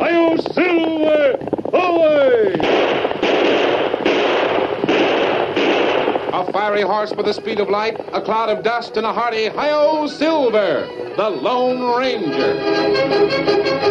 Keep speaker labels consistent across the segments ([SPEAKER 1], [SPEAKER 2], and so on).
[SPEAKER 1] Io Silver away!
[SPEAKER 2] A fiery horse with the speed of light, a cloud of dust, and a hearty hi-yo silver, the Lone Ranger.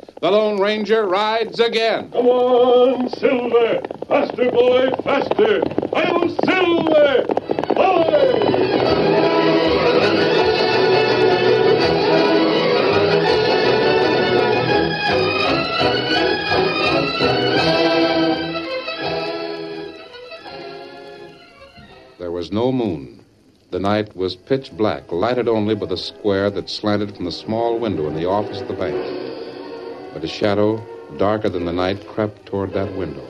[SPEAKER 2] The Lone Ranger rides again.
[SPEAKER 1] Come on, Silver! Faster, boy, faster! Io Silver away!
[SPEAKER 2] There was no moon. The night was pitch black, lighted only by the square that slanted from the small window in the office of the bank. But a shadow, darker than the night, crept toward that window.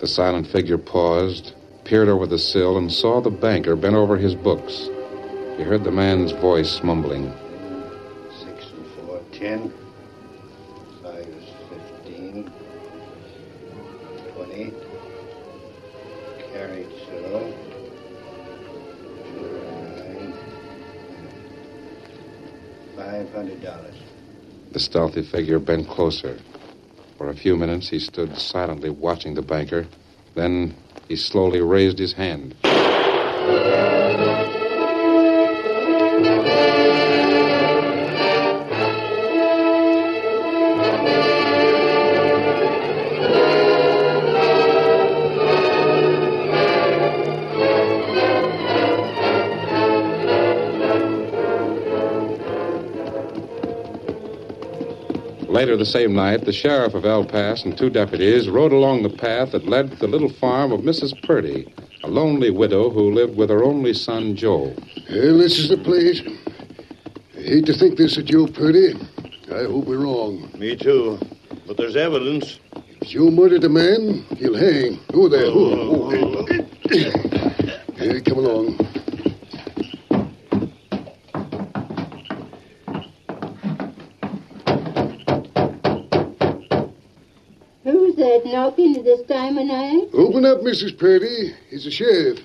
[SPEAKER 2] The silent figure paused, peered over the sill, and saw the banker bent over his books. He heard the man's voice mumbling.
[SPEAKER 3] Six and four, ten. Five is fifteen. Twenty. Carried zero. Five hundred dollars.
[SPEAKER 2] The stealthy figure bent closer. For a few minutes, he stood silently watching the banker. Then he slowly raised his hand. Later the same night, the sheriff of El Paso and two deputies rode along the path that led to the little farm of Mrs. Purdy, a lonely widow who lived with her only son, Joe.
[SPEAKER 4] Well, this is the place. I hate to think this of Joe Purdy. I hope we're wrong.
[SPEAKER 5] Me too. But there's evidence.
[SPEAKER 4] If Joe murdered a man, he'll hang. Oh, there. Oh, oh, Hey, come along.
[SPEAKER 6] Who's that knocking at this time of night?
[SPEAKER 4] Open up, Mrs. Purdy. He's the sheriff.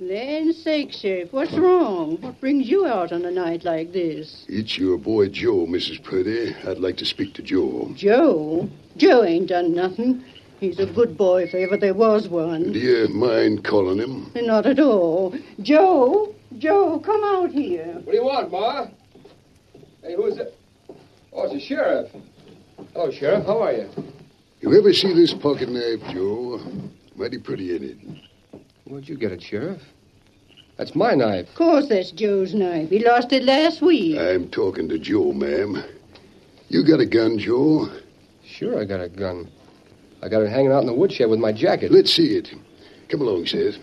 [SPEAKER 6] Land's sake, Sheriff, what's wrong? What brings you out on a night like this?
[SPEAKER 4] It's your boy Joe, Mrs. Purdy. I'd like to speak to Joe.
[SPEAKER 6] Joe? Joe ain't done nothing. He's a good boy if ever there was one.
[SPEAKER 4] Do you mind calling him?
[SPEAKER 6] Not at all. Joe, Joe, come out here.
[SPEAKER 7] What do you want, Ma? Hey, who's it? Oh, it's the sheriff. Hello, sheriff. How are you?
[SPEAKER 4] You ever see this pocket knife, Joe? Mighty pretty in it.
[SPEAKER 7] Where'd you get it, sheriff? That's my knife.
[SPEAKER 6] Of course, that's Joe's knife. He lost it last week.
[SPEAKER 4] I'm talking to Joe, ma'am. You got a gun, Joe?
[SPEAKER 7] Sure, I got a gun. I got it hanging out in the woodshed with my jacket.
[SPEAKER 4] Let's see it. Come along, Seth.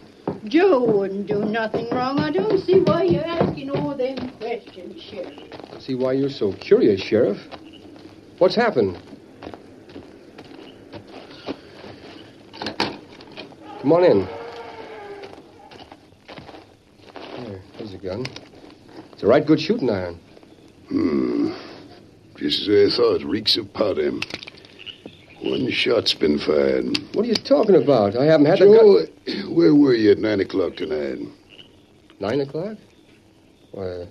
[SPEAKER 6] Joe wouldn't do nothing wrong. I don't see why you're asking all them questions, Sheriff.
[SPEAKER 7] See why you're so curious, sheriff. What's happened? Come on in. There, there's a gun. It's a right good shooting iron.
[SPEAKER 4] Hmm. Just as I thought, reeks of powder. One shot's been fired.
[SPEAKER 7] What are you talking about? I haven't had a gun.
[SPEAKER 4] Joe, where were you at nine o'clock tonight?
[SPEAKER 7] Nine o'clock? Why, uh,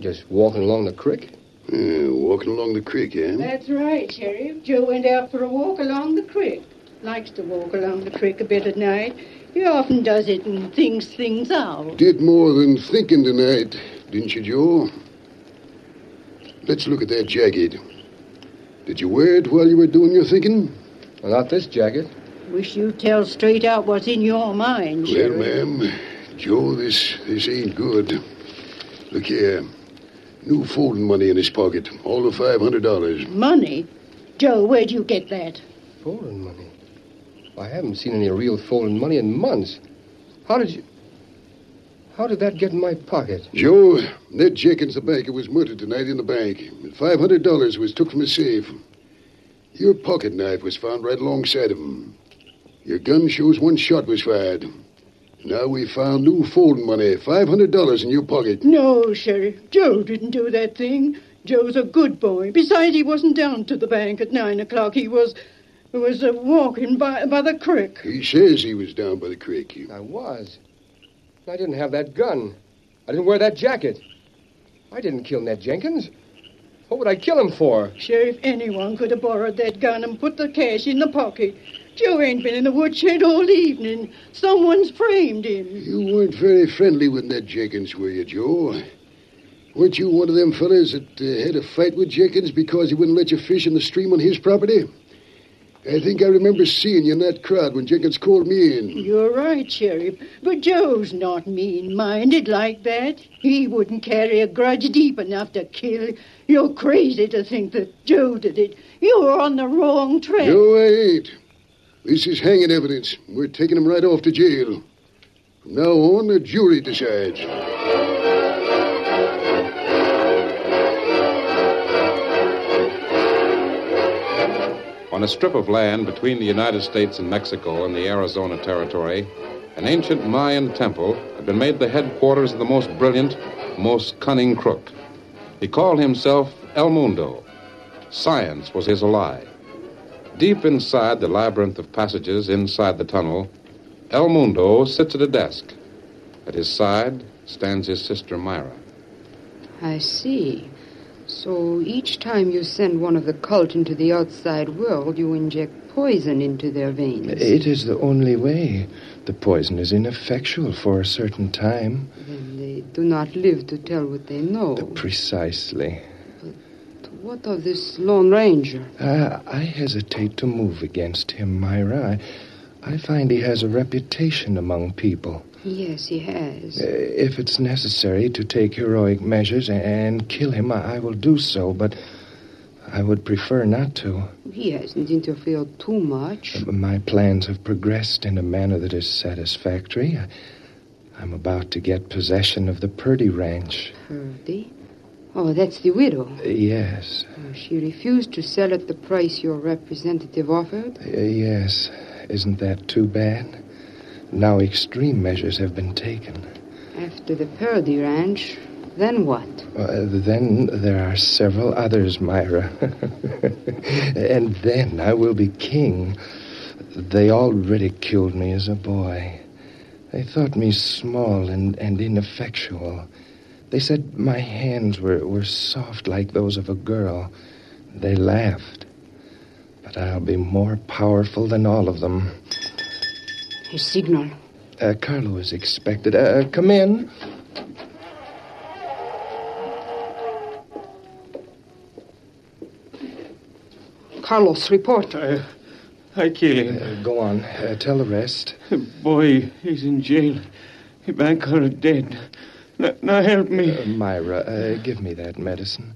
[SPEAKER 7] just walking along the creek?
[SPEAKER 4] Yeah, walking along the creek, eh?
[SPEAKER 6] That's right, Sheriff. Joe went out for a walk along the creek. Likes to walk along the creek a bit at night. He often does it and thinks things out.
[SPEAKER 4] Did more than thinking tonight, didn't you, Joe? Let's look at that jacket. Did you wear it while you were doing your thinking?
[SPEAKER 7] Well, not this jacket.
[SPEAKER 6] Wish you'd tell straight out what's in your mind,
[SPEAKER 4] Well,
[SPEAKER 6] Sheriff.
[SPEAKER 4] ma'am, Joe, this this ain't good. Look here. New folding money in his pocket. All of five hundred dollars.
[SPEAKER 6] Money? Joe, where'd you get that?
[SPEAKER 7] Foreign money. I haven't seen any real foreign money in months. How did you. How did that get in my pocket?
[SPEAKER 4] Joe, Ned Jenkins, the banker, was murdered tonight in the bank. Five hundred dollars was took from his safe. Your pocket knife was found right alongside of him. Your gun shows one shot was fired. Now we found new folding money, five hundred dollars in your pocket.
[SPEAKER 6] No, Sheriff. Joe didn't do that thing. Joe's a good boy. Besides, he wasn't down to the bank at nine o'clock. He was was uh, walking by by the creek.
[SPEAKER 4] He says he was down by the creek.
[SPEAKER 7] I was. I didn't have that gun. I didn't wear that jacket. I didn't kill Ned Jenkins. What would I kill him for?
[SPEAKER 6] Sheriff, anyone could have borrowed that gun and put the cash in the pocket. Joe ain't been in the woodshed all evening. Someone's framed him.
[SPEAKER 4] You weren't very friendly with Ned Jenkins, were you, Joe? Weren't you one of them fellas that uh, had a fight with Jenkins because he wouldn't let you fish in the stream on his property? I think I remember seeing you in that crowd when Jenkins called me in.
[SPEAKER 6] You're right, Sheriff. But Joe's not mean minded like that. He wouldn't carry a grudge deep enough to kill. You're crazy to think that Joe did it. You were on the wrong track.
[SPEAKER 4] No, I ain't. This is hanging evidence. We're taking him right off to jail. From now on, the jury decides.
[SPEAKER 2] On a strip of land between the United States and Mexico and the Arizona Territory, an ancient Mayan temple had been made the headquarters of the most brilliant, most cunning crook. He called himself El Mundo. Science was his ally. Deep inside the labyrinth of passages inside the tunnel, El Mundo sits at a desk. At his side stands his sister Myra.
[SPEAKER 8] I see. So each time you send one of the cult into the outside world, you inject poison into their veins.
[SPEAKER 9] It is the only way. The poison is ineffectual for a certain time.
[SPEAKER 8] Then they do not live to tell what they know.
[SPEAKER 9] Precisely.
[SPEAKER 8] What of this Lone Ranger?
[SPEAKER 9] Uh, I hesitate to move against him, Myra. I, I find he has a reputation among people.
[SPEAKER 8] Yes, he has.
[SPEAKER 9] Uh, If it's necessary to take heroic measures a- and kill him, I I will do so, but I would prefer not to. Uh,
[SPEAKER 8] He hasn't interfered too much.
[SPEAKER 9] My plans have progressed in a manner that is satisfactory. I- I'm about to get possession of the Purdy Ranch.
[SPEAKER 8] Purdy? Oh, that's the widow.
[SPEAKER 9] Yes,
[SPEAKER 8] Uh, She refused to sell at the price your representative offered.
[SPEAKER 9] uh, yes. Isn't that too bad? Now extreme measures have been taken.
[SPEAKER 8] After the Purdy ranch, then what?
[SPEAKER 9] Uh, then there are several others, Myra. and then I will be king. They already killed me as a boy. They thought me small and, and ineffectual. They said my hands were, were soft like those of a girl. They laughed. But I'll be more powerful than all of them.
[SPEAKER 8] His signal.
[SPEAKER 9] Uh, Carlo is expected. Uh, come in.
[SPEAKER 8] Carlos, report.
[SPEAKER 5] I, I killed him.
[SPEAKER 9] Uh, go on. Uh, tell the rest.
[SPEAKER 5] Boy, he's in jail. He bank her dead. Now, now help me.
[SPEAKER 9] Uh, Myra, uh, give me that medicine.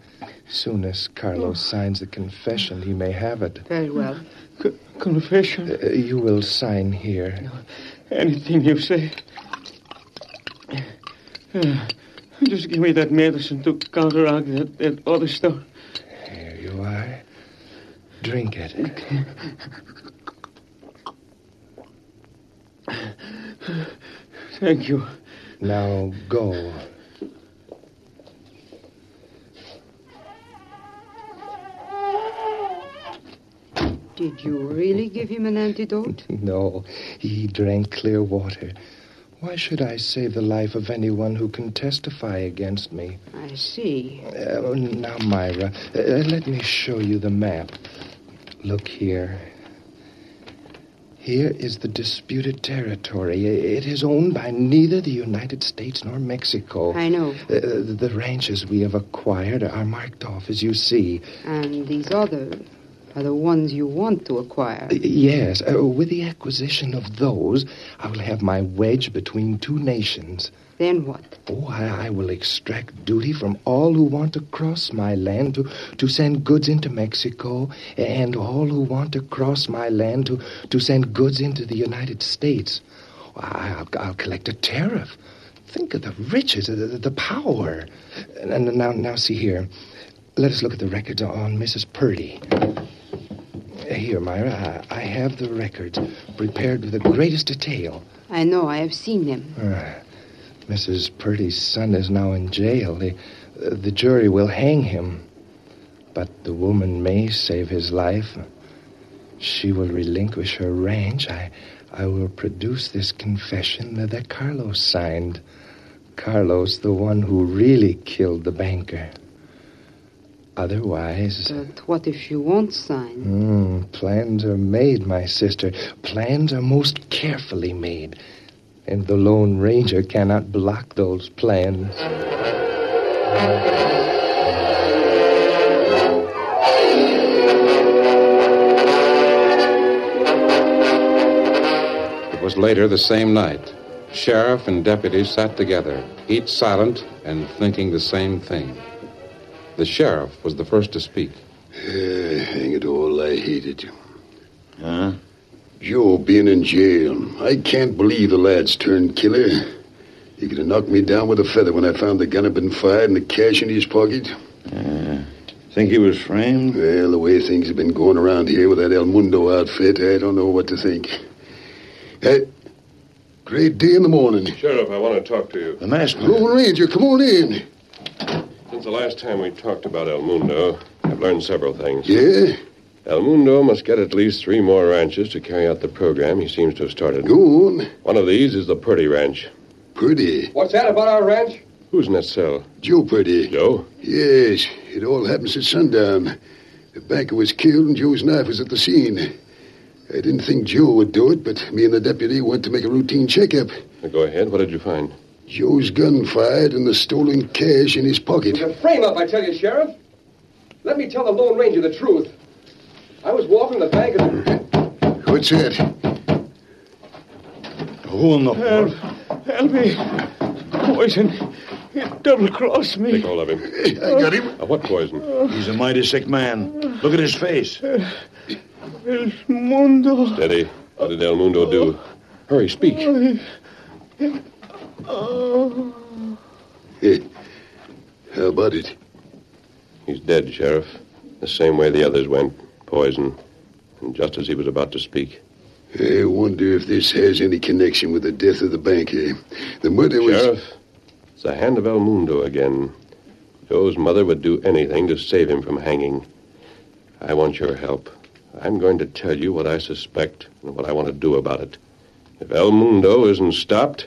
[SPEAKER 9] Soon as Carlos signs the confession, he may have it.
[SPEAKER 8] Very well.
[SPEAKER 5] C- confession?
[SPEAKER 9] Uh, you will sign here.
[SPEAKER 5] Anything you say. Uh, just give me that medicine to counteract that, that other stuff.
[SPEAKER 9] Here you are. Drink it.
[SPEAKER 5] Thank you.
[SPEAKER 9] Now go.
[SPEAKER 8] Did you really give him an antidote?
[SPEAKER 9] No, he drank clear water. Why should I save the life of anyone who can testify against me?
[SPEAKER 8] I see.
[SPEAKER 9] Uh, now, Myra, uh, let me show you the map. Look here. Here is the disputed territory. It is owned by neither the United States nor Mexico.
[SPEAKER 8] I know.
[SPEAKER 9] Uh, the ranches we have acquired are marked off, as you see.
[SPEAKER 8] And these other are the ones you want to acquire.
[SPEAKER 9] Uh, Yes, uh, with the acquisition of those, I will have my wedge between two nations.
[SPEAKER 8] Then what?
[SPEAKER 9] Oh, I, I will extract duty from all who want to cross my land to, to send goods into Mexico, and all who want to cross my land to, to send goods into the United States. I, I'll, I'll collect a tariff. Think of the riches, the, the, the power. And now, now, see here. Let us look at the records on Mrs. Purdy. Here, Myra, I, I have the records prepared with the greatest detail.
[SPEAKER 8] I know, I have seen them.
[SPEAKER 9] Ah, Mrs. Purdy's son is now in jail. The, uh, the jury will hang him. But the woman may save his life. She will relinquish her ranch. I, I will produce this confession that, that Carlos signed. Carlos, the one who really killed the banker. Otherwise.
[SPEAKER 8] But what if you won't sign?
[SPEAKER 9] Mm, plans are made, my sister. Plans are most carefully made. And the Lone Ranger cannot block those plans.
[SPEAKER 2] It was later the same night. Sheriff and deputies sat together, each silent and thinking the same thing. The sheriff was the first to speak.
[SPEAKER 4] Uh, hang it all, I hate it.
[SPEAKER 5] Huh?
[SPEAKER 4] Joe being in jail. I can't believe the lad's turned killer. He could have knocked me down with a feather when I found the gun had been fired and the cash in his pocket.
[SPEAKER 5] Uh, Think he was framed?
[SPEAKER 4] Well, the way things have been going around here with that El Mundo outfit, I don't know what to think. Eh, Hey, great day in the morning.
[SPEAKER 5] Sheriff, I want to talk to you.
[SPEAKER 1] The mask.
[SPEAKER 4] Lone Ranger, come on in.
[SPEAKER 5] Since the last time we talked about El Mundo, I've learned several things.
[SPEAKER 4] Yeah?
[SPEAKER 5] El Mundo must get at least three more ranches to carry out the program he seems to have started.
[SPEAKER 4] Go on.
[SPEAKER 5] One of these is the Purdy Ranch.
[SPEAKER 4] Purdy.
[SPEAKER 7] What's that about our ranch?
[SPEAKER 5] Who's in that cell?
[SPEAKER 4] Joe Purdy.
[SPEAKER 5] Joe?
[SPEAKER 4] Yes, it all happens at sundown. The banker was killed and Joe's knife was at the scene. I didn't think Joe would do it, but me and the deputy went to make a routine checkup.
[SPEAKER 5] Now Go ahead. What did you find?
[SPEAKER 4] Joe's gun fired and the stolen cash in his pocket.
[SPEAKER 7] It's a frame up, I tell you, Sheriff. Let me tell the Lone Ranger the truth. I was walking the bank and.
[SPEAKER 4] What's that?
[SPEAKER 1] Who in the world?
[SPEAKER 5] Help me. Poison. He double crossed me. Take hold of him.
[SPEAKER 4] I got him.
[SPEAKER 5] Now, what poison?
[SPEAKER 1] He's a mighty sick man. Look at his face.
[SPEAKER 6] El mundo.
[SPEAKER 5] Steady. What did El Mundo do? Hurry, speak. Oh.
[SPEAKER 4] Eh, How about it?
[SPEAKER 5] He's dead, Sheriff. The same way the others went. Poison. And just as he was about to speak.
[SPEAKER 4] I wonder if this has any connection with the death of the banker. The murder was.
[SPEAKER 5] Sheriff, it's the hand of El Mundo again. Joe's mother would do anything to save him from hanging. I want your help. I'm going to tell you what I suspect and what I want to do about it. If El Mundo isn't stopped,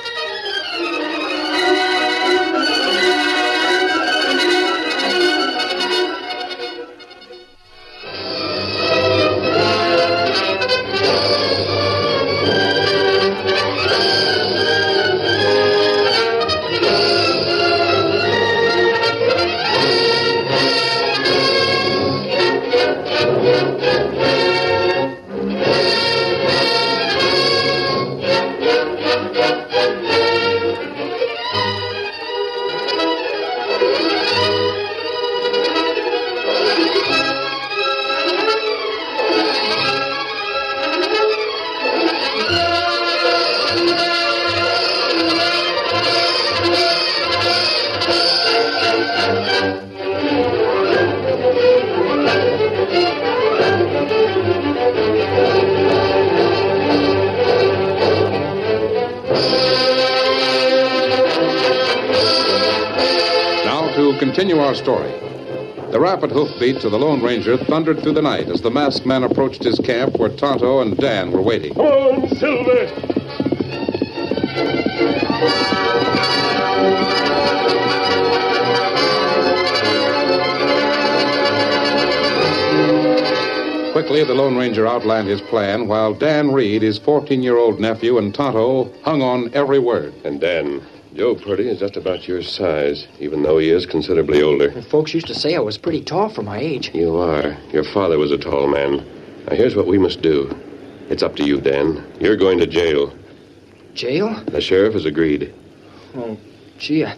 [SPEAKER 2] Now to continue our story. The rapid hoofbeats of the Lone Ranger thundered through the night as the masked man approached his camp where Tonto and Dan were waiting.
[SPEAKER 10] Come on, Silver!
[SPEAKER 2] Quickly, the Lone Ranger outlined his plan while Dan Reed, his 14 year old nephew, and Tonto hung on every word.
[SPEAKER 5] And Dan, Joe Purdy is just about your size, even though he is considerably older.
[SPEAKER 11] Folks used to say I was pretty tall for my age.
[SPEAKER 5] You are. Your father was a tall man. Now, here's what we must do. It's up to you, Dan. You're going to jail.
[SPEAKER 11] Jail?
[SPEAKER 5] The sheriff has agreed.
[SPEAKER 11] Oh, gee, I,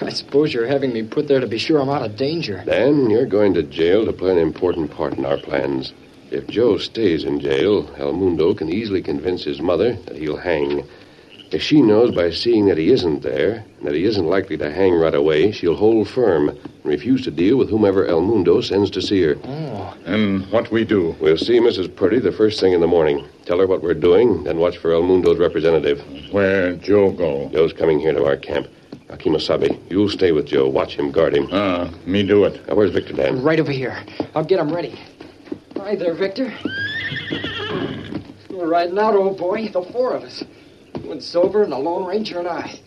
[SPEAKER 11] I suppose you're having me put there to be sure I'm out of danger.
[SPEAKER 5] Dan, you're going to jail to play an important part in our plans. If Joe stays in jail, El Mundo can easily convince his mother that he'll hang. If she knows by seeing that he isn't there, and that he isn't likely to hang right away, she'll hold firm and refuse to deal with whomever El Mundo sends to see her.
[SPEAKER 11] Oh.
[SPEAKER 5] And what we do? We'll see Mrs. Purdy the first thing in the morning. Tell her what we're doing, then watch for El Mundo's representative. Where Joe go? Joe's coming here to our camp. Akimasabe, you'll stay with Joe. Watch him, guard him. Ah, me do it. Now, where's Victor Dan?
[SPEAKER 11] Right over here. I'll get 'em ready. Hi there, Victor. We're riding out, old boy, the four of us. You and Silver and the Lone Ranger and I.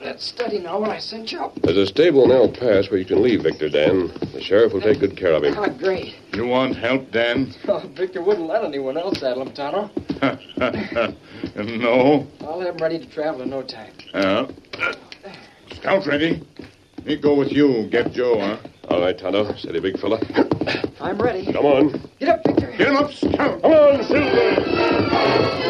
[SPEAKER 11] That's steady now when I send you up.
[SPEAKER 5] There's a stable in El Pass where you can leave Victor Dan. The sheriff will take good care of him.
[SPEAKER 11] Ah, great.
[SPEAKER 5] You want help, Dan?
[SPEAKER 11] Oh, Victor wouldn't let anyone else saddle him, Tonto.
[SPEAKER 12] no.
[SPEAKER 11] I'll have him ready to travel in no time.
[SPEAKER 12] Uh, scout ready? Me go with you. Get Joe, huh?
[SPEAKER 5] All right, Tonto. Steady, big fella.
[SPEAKER 11] I'm ready.
[SPEAKER 5] Come on.
[SPEAKER 11] Get up, Victor.
[SPEAKER 12] Get him up, Scout.
[SPEAKER 5] Come on, Silver.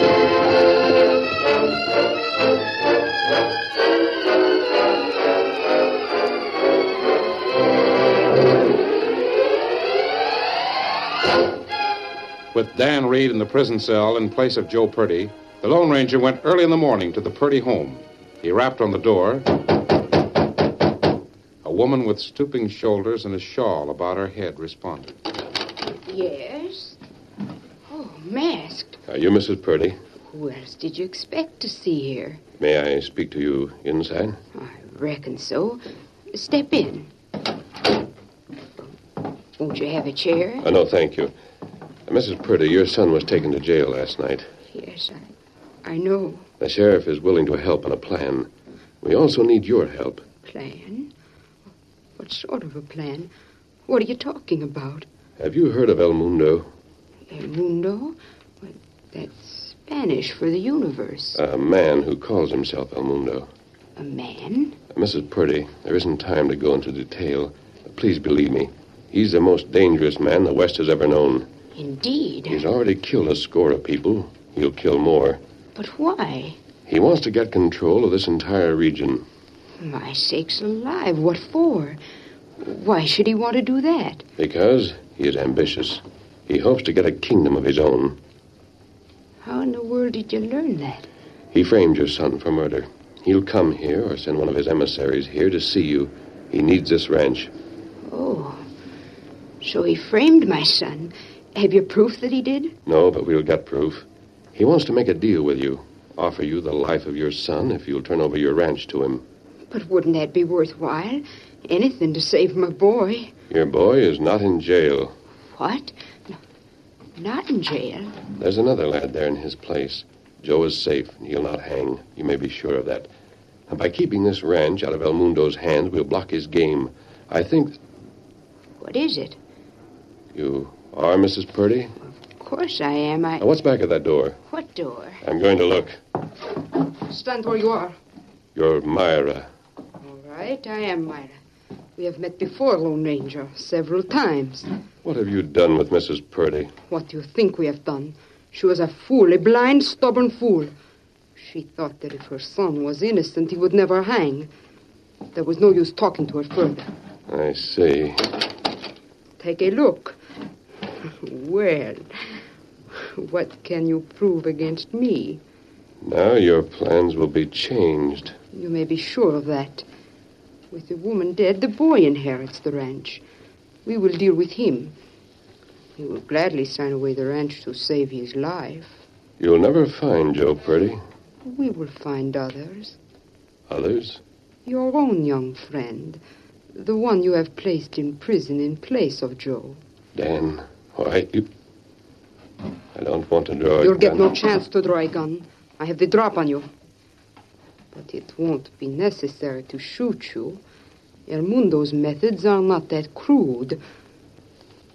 [SPEAKER 2] With Dan Reed in the prison cell in place of Joe Purdy, the Lone Ranger went early in the morning to the Purdy home. He rapped on the door. A woman with stooping shoulders and a shawl about her head responded.
[SPEAKER 8] Yes? Oh, masked.
[SPEAKER 5] Are you Mrs. Purdy?
[SPEAKER 8] Who else did you expect to see here?
[SPEAKER 5] May I speak to you inside?
[SPEAKER 8] Reckon so. Step in. Won't you have a chair?
[SPEAKER 5] Uh, no, thank you. Mrs. Purdy, your son was taken to jail last night.
[SPEAKER 8] Yes, I, I know.
[SPEAKER 5] The sheriff is willing to help on a plan. We also need your help.
[SPEAKER 8] Plan? What sort of a plan? What are you talking about?
[SPEAKER 5] Have you heard of El Mundo?
[SPEAKER 8] El mundo? Well, That's Spanish for the universe.
[SPEAKER 5] A man who calls himself El Mundo.
[SPEAKER 8] A man?
[SPEAKER 5] Mrs. Purdy, there isn't time to go into detail. But please believe me, he's the most dangerous man the West has ever known.
[SPEAKER 8] Indeed.
[SPEAKER 5] He's already killed a score of people. He'll kill more.
[SPEAKER 8] But why?
[SPEAKER 5] He wants to get control of this entire region.
[SPEAKER 8] My sakes alive, what for? Why should he want to do that?
[SPEAKER 5] Because he is ambitious. He hopes to get a kingdom of his own.
[SPEAKER 8] How in the world did you learn that?
[SPEAKER 5] He framed your son for murder. He'll come here or send one of his emissaries here to see you. He needs this ranch.
[SPEAKER 8] Oh. So he framed my son. Have you proof that he did?
[SPEAKER 5] No, but we'll get proof. He wants to make a deal with you, offer you the life of your son if you'll turn over your ranch to him.
[SPEAKER 8] But wouldn't that be worthwhile? Anything to save my boy.
[SPEAKER 5] Your boy is not in jail.
[SPEAKER 8] What? No, not in jail.
[SPEAKER 5] There's another lad there in his place. Joe is safe, and he'll not hang. You may be sure of that. And by keeping this ranch out of El Mundo's hands, we'll block his game. I think
[SPEAKER 8] What is it?
[SPEAKER 5] you are Mrs. Purdy.
[SPEAKER 8] Of course I am. I.
[SPEAKER 5] Now, what's back of that door?
[SPEAKER 8] What door?
[SPEAKER 5] I'm going to look.
[SPEAKER 8] Stand where you are.
[SPEAKER 5] You're Myra.
[SPEAKER 8] All right, I am Myra. We have met before, Lone Ranger, several times.
[SPEAKER 5] What have you done with Mrs. Purdy?
[SPEAKER 8] What do you think we have done? She was a fool, a blind, stubborn fool. She thought that if her son was innocent, he would never hang. There was no use talking to her further.
[SPEAKER 5] I see.
[SPEAKER 8] Take a look. Well, what can you prove against me?
[SPEAKER 5] Now your plans will be changed.
[SPEAKER 8] You may be sure of that. With the woman dead, the boy inherits the ranch. We will deal with him. He will gladly sign away the ranch to save his life.
[SPEAKER 5] You'll never find Joe Purdy.
[SPEAKER 8] We will find others.
[SPEAKER 5] Others?
[SPEAKER 8] Your own young friend. The one you have placed in prison in place of Joe.
[SPEAKER 5] Dan, why you? I don't want to draw. a
[SPEAKER 8] You'll get
[SPEAKER 5] gun.
[SPEAKER 8] no chance to draw a gun. I have the drop on you. But it won't be necessary to shoot you. El Mundo's methods are not that crude.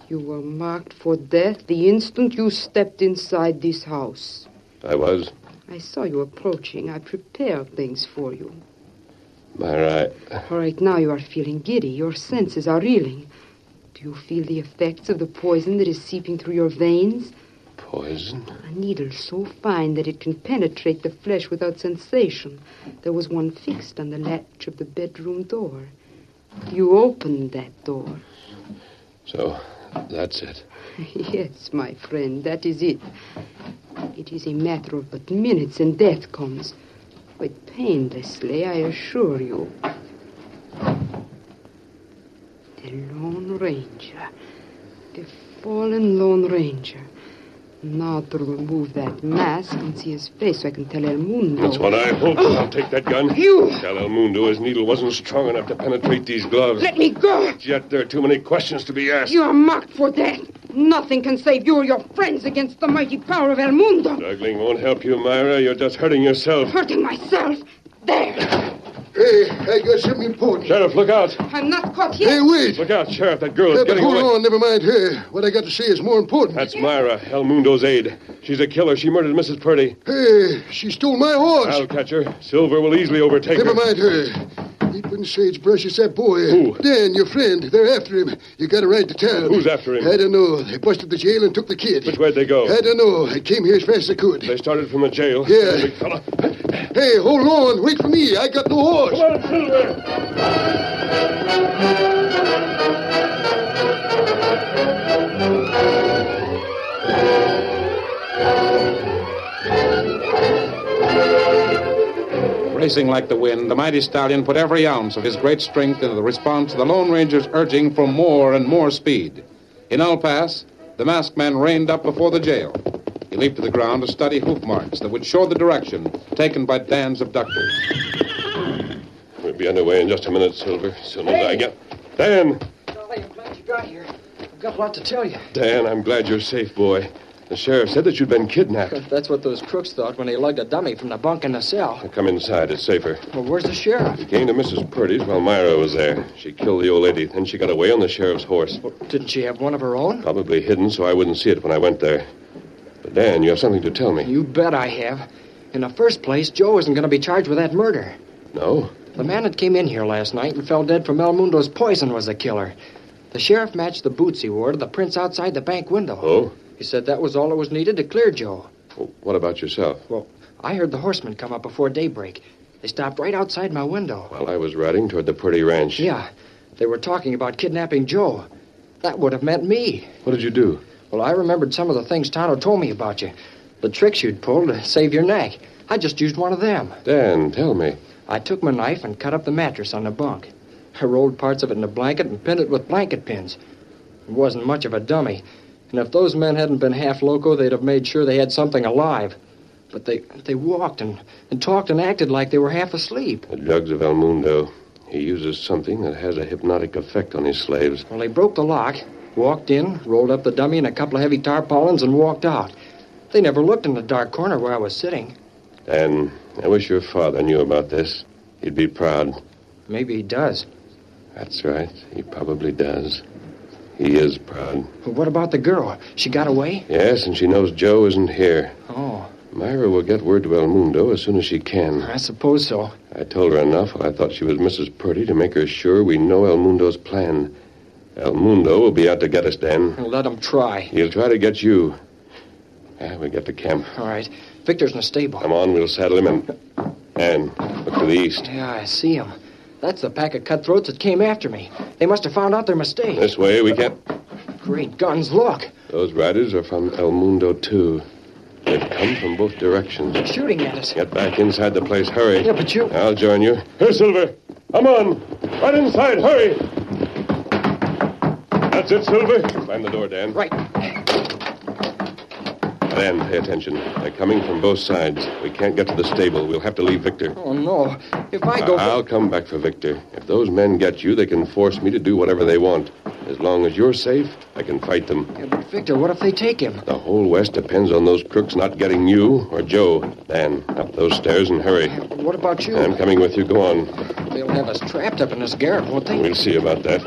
[SPEAKER 8] You were marked for death the instant you stepped inside this house.
[SPEAKER 5] I was.
[SPEAKER 8] I saw you approaching. I prepared things for you.
[SPEAKER 5] Myra, I-
[SPEAKER 8] Right now you are feeling giddy. Your senses are reeling. Do you feel the effects of the poison that is seeping through your veins?
[SPEAKER 5] poison.
[SPEAKER 8] A needle so fine that it can penetrate the flesh without sensation. There was one fixed on the latch of the bedroom door. You opened that door.
[SPEAKER 5] So that's it.
[SPEAKER 8] yes, my friend, that is it. It is a matter of but minutes and death comes. Quite painlessly, I assure you. The Lone Ranger. The fallen Lone Ranger. Now to remove that mask and see his face so I can tell El Mundo.
[SPEAKER 5] That's what I hoped.
[SPEAKER 8] Oh.
[SPEAKER 5] I'll take that gun.
[SPEAKER 8] You!
[SPEAKER 5] Tell El Mundo his needle wasn't strong enough to penetrate these gloves.
[SPEAKER 8] Let me go!
[SPEAKER 5] Yet there are too many questions to be asked.
[SPEAKER 8] You are marked for death. Nothing can save you or your friends against the mighty power of El Mundo.
[SPEAKER 5] Juggling won't help you, Myra. You're just hurting yourself.
[SPEAKER 8] Hurting myself.
[SPEAKER 4] Hey, I got something important.
[SPEAKER 5] Sheriff, look out.
[SPEAKER 8] I'm not caught here.
[SPEAKER 4] Hey, wait.
[SPEAKER 5] Look out, Sheriff. That girl is
[SPEAKER 4] Yeah, but
[SPEAKER 5] getting
[SPEAKER 4] hold
[SPEAKER 5] away.
[SPEAKER 4] on, never mind her. uh, What I got to say is more important.
[SPEAKER 5] That's Myra, El Mundo's aide. She's a killer. She murdered Mrs. Purdy.
[SPEAKER 4] Hey, Uh, she stole my horse.
[SPEAKER 5] I'll catch her. Silver will easily overtake
[SPEAKER 4] Never
[SPEAKER 5] her.
[SPEAKER 4] mind uh, her. Deepin Sage brushes that boy.
[SPEAKER 5] Who?
[SPEAKER 4] Dan, your friend. They're after him. You got a ride to town.
[SPEAKER 5] Who's after him?
[SPEAKER 4] I don't know. They busted the jail and took the kid.
[SPEAKER 5] Which way'd they go?
[SPEAKER 4] I don't know. I came here as fast as I could.
[SPEAKER 5] They started from the jail.
[SPEAKER 4] Yeah.
[SPEAKER 5] Big fella.
[SPEAKER 4] Hey, hold on. Wait for me. I got no horse.
[SPEAKER 2] Racing like the wind, the mighty stallion put every ounce of his great strength into the response to the Lone Ranger's urging for more and more speed. In El Paso, the masked man reined up before the jail. He leaped to the ground to study hoof marks that would show the direction taken by Dan's abductors.
[SPEAKER 5] We'll be underway in just a minute, Silver. As soon as I get. Dan!
[SPEAKER 11] Golly, I'm glad you got here. I've got a lot to tell you.
[SPEAKER 5] Dan, I'm glad you're safe, boy. The sheriff said that you'd been kidnapped.
[SPEAKER 11] That's what those crooks thought when they lugged a dummy from the bunk in the cell.
[SPEAKER 5] Come inside. It's safer.
[SPEAKER 11] Well, where's the sheriff?
[SPEAKER 5] We came to Mrs. Purdy's while Myra was there. She killed the old lady. Then she got away on the sheriff's horse.
[SPEAKER 11] Didn't she have one of her own?
[SPEAKER 5] Probably hidden so I wouldn't see it when I went there. But, Dan, you have something to tell me.
[SPEAKER 11] You bet I have. In the first place, Joe isn't going to be charged with that murder.
[SPEAKER 5] No?
[SPEAKER 11] The man that came in here last night and fell dead from El Mundo's poison was the killer. The sheriff matched the boots he wore to the prints outside the bank window.
[SPEAKER 5] Oh?
[SPEAKER 11] He said that was all that was needed to clear Joe.
[SPEAKER 5] Well, what about yourself?
[SPEAKER 11] Well, I heard the horsemen come up before daybreak. They stopped right outside my window.
[SPEAKER 5] While I was riding toward the Purdy Ranch.
[SPEAKER 11] Yeah, they were talking about kidnapping Joe. That would have meant me.
[SPEAKER 5] What did you do?
[SPEAKER 11] Well, I remembered some of the things Tonto told me about you. The tricks you'd pulled to save your neck. I just used one of them.
[SPEAKER 5] Dan, tell me.
[SPEAKER 11] I took my knife and cut up the mattress on the bunk. I rolled parts of it in a blanket and pinned it with blanket pins. It wasn't much of a dummy. And if those men hadn't been half loco, they'd have made sure they had something alive. But they, they walked and, and talked and acted like they were half asleep.
[SPEAKER 5] The drugs of El Mundo. He uses something that has a hypnotic effect on his slaves.
[SPEAKER 11] Well, they broke the lock, walked in, rolled up the dummy in a couple of heavy tarpaulins, and walked out. They never looked in the dark corner where I was sitting.
[SPEAKER 5] Dan, I wish your father knew about this. He'd be proud.
[SPEAKER 11] Maybe he does.
[SPEAKER 5] That's right. He probably does. He is proud.
[SPEAKER 11] But what about the girl? She got away?
[SPEAKER 5] Yes, and she knows Joe isn't here.
[SPEAKER 11] Oh,
[SPEAKER 5] Myra will get word to El Mundo as soon as she can.
[SPEAKER 11] I suppose so.
[SPEAKER 5] I told her enough. I thought she was Mrs. Purdy to make her sure we know El Mundo's plan. El Mundo will be out to get us, Dan.
[SPEAKER 11] Let him try.
[SPEAKER 5] He'll try to get you. Ah, we get to camp.
[SPEAKER 11] All right. Victor's in the stable.
[SPEAKER 5] Come on, we'll saddle him and. And look to the east.
[SPEAKER 11] Yeah, I see him. That's the pack of cutthroats that came after me. They must have found out their mistake.
[SPEAKER 5] This way, we can't.
[SPEAKER 11] Great guns, look.
[SPEAKER 5] Those riders are from El Mundo, too. They've come from both directions.
[SPEAKER 11] Shooting at us.
[SPEAKER 5] Get back inside the place. Hurry.
[SPEAKER 11] Yeah, but you.
[SPEAKER 5] I'll join you. Here, Silver. Come on. Right inside. Hurry. That's it, Silver. Climb the door, Dan.
[SPEAKER 11] Right.
[SPEAKER 5] Dan, pay attention. They're coming from both sides. We can't get to the stable. We'll have to leave Victor.
[SPEAKER 11] Oh, no. If I go.
[SPEAKER 5] I'll come back for Victor. If those men get you, they can force me to do whatever they want. As long as you're safe, I can fight them.
[SPEAKER 11] Yeah, but Victor, what if they take him?
[SPEAKER 5] The whole West depends on those crooks not getting you or Joe. Dan, up those stairs and hurry.
[SPEAKER 11] What about you?
[SPEAKER 5] I'm coming with you. Go on.
[SPEAKER 11] They'll have us trapped up in this garret, won't they?
[SPEAKER 5] We'll see about that.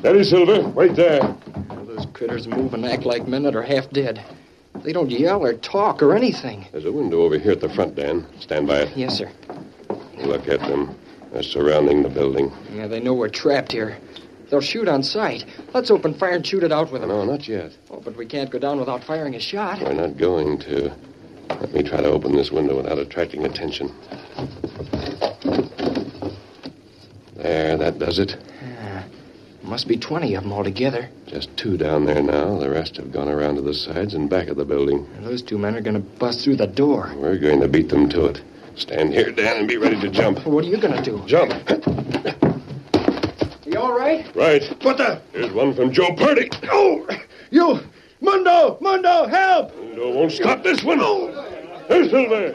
[SPEAKER 5] Steady, Silver. Wait there.
[SPEAKER 11] Those critters move and act like men that are half dead. They don't yell or talk or anything.
[SPEAKER 5] There's a window over here at the front, Dan. Stand by it.
[SPEAKER 11] Yes, sir.
[SPEAKER 5] Look at them. They're surrounding the building.
[SPEAKER 11] Yeah, they know we're trapped here. They'll shoot on sight. Let's open fire and shoot it out with them.
[SPEAKER 5] No, not yet.
[SPEAKER 11] Oh, but we can't go down without firing a shot.
[SPEAKER 5] We're not going to. Let me try to open this window without attracting attention. There, that does it.
[SPEAKER 11] Uh, Must be 20 of them altogether.
[SPEAKER 5] Just two down there now. The rest have gone around to the sides and back of the building.
[SPEAKER 11] And those two men are going to bust through the door.
[SPEAKER 5] We're going to beat them to it. Stand here, Dan, and be ready to jump.
[SPEAKER 11] What are you going to do?
[SPEAKER 5] Jump.
[SPEAKER 11] You all right?
[SPEAKER 5] Right. What the? Here's one from Joe Purdy. Oh!
[SPEAKER 7] You! Mundo! Mundo, help!
[SPEAKER 5] No, won't stop this one. Here, Silver.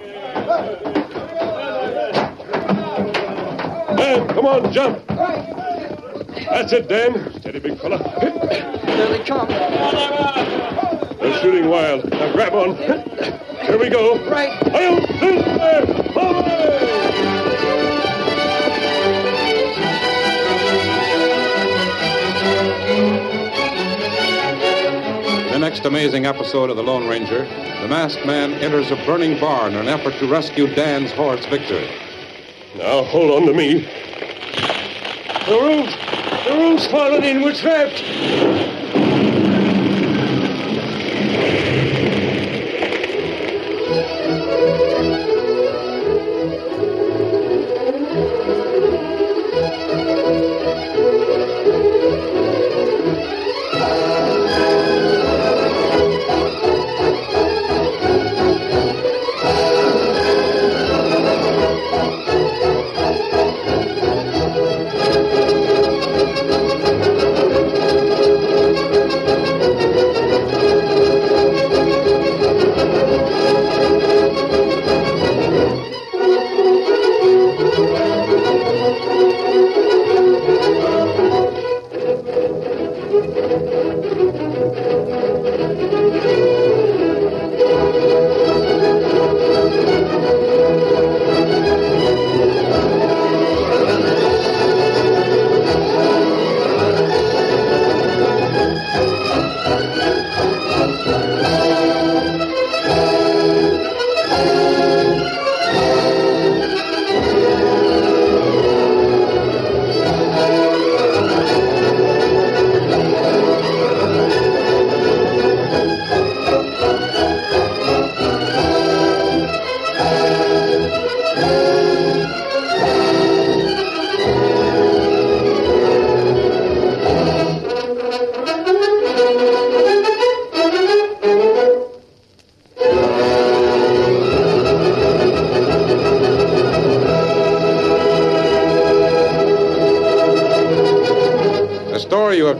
[SPEAKER 5] Dan, come on, jump. That's it, Dan. Steady, big fella.
[SPEAKER 11] There they come.
[SPEAKER 5] They're shooting wild. Now grab on. Here we go.
[SPEAKER 11] Right.
[SPEAKER 5] Hail, Silver! Over!
[SPEAKER 2] In the next amazing episode of The Lone Ranger, the masked man enters a burning barn in an effort to rescue Dan's horse, Victor.
[SPEAKER 5] Now hold on to me. The roof! The roof's fallen in. We're trapped.
[SPEAKER 2] you have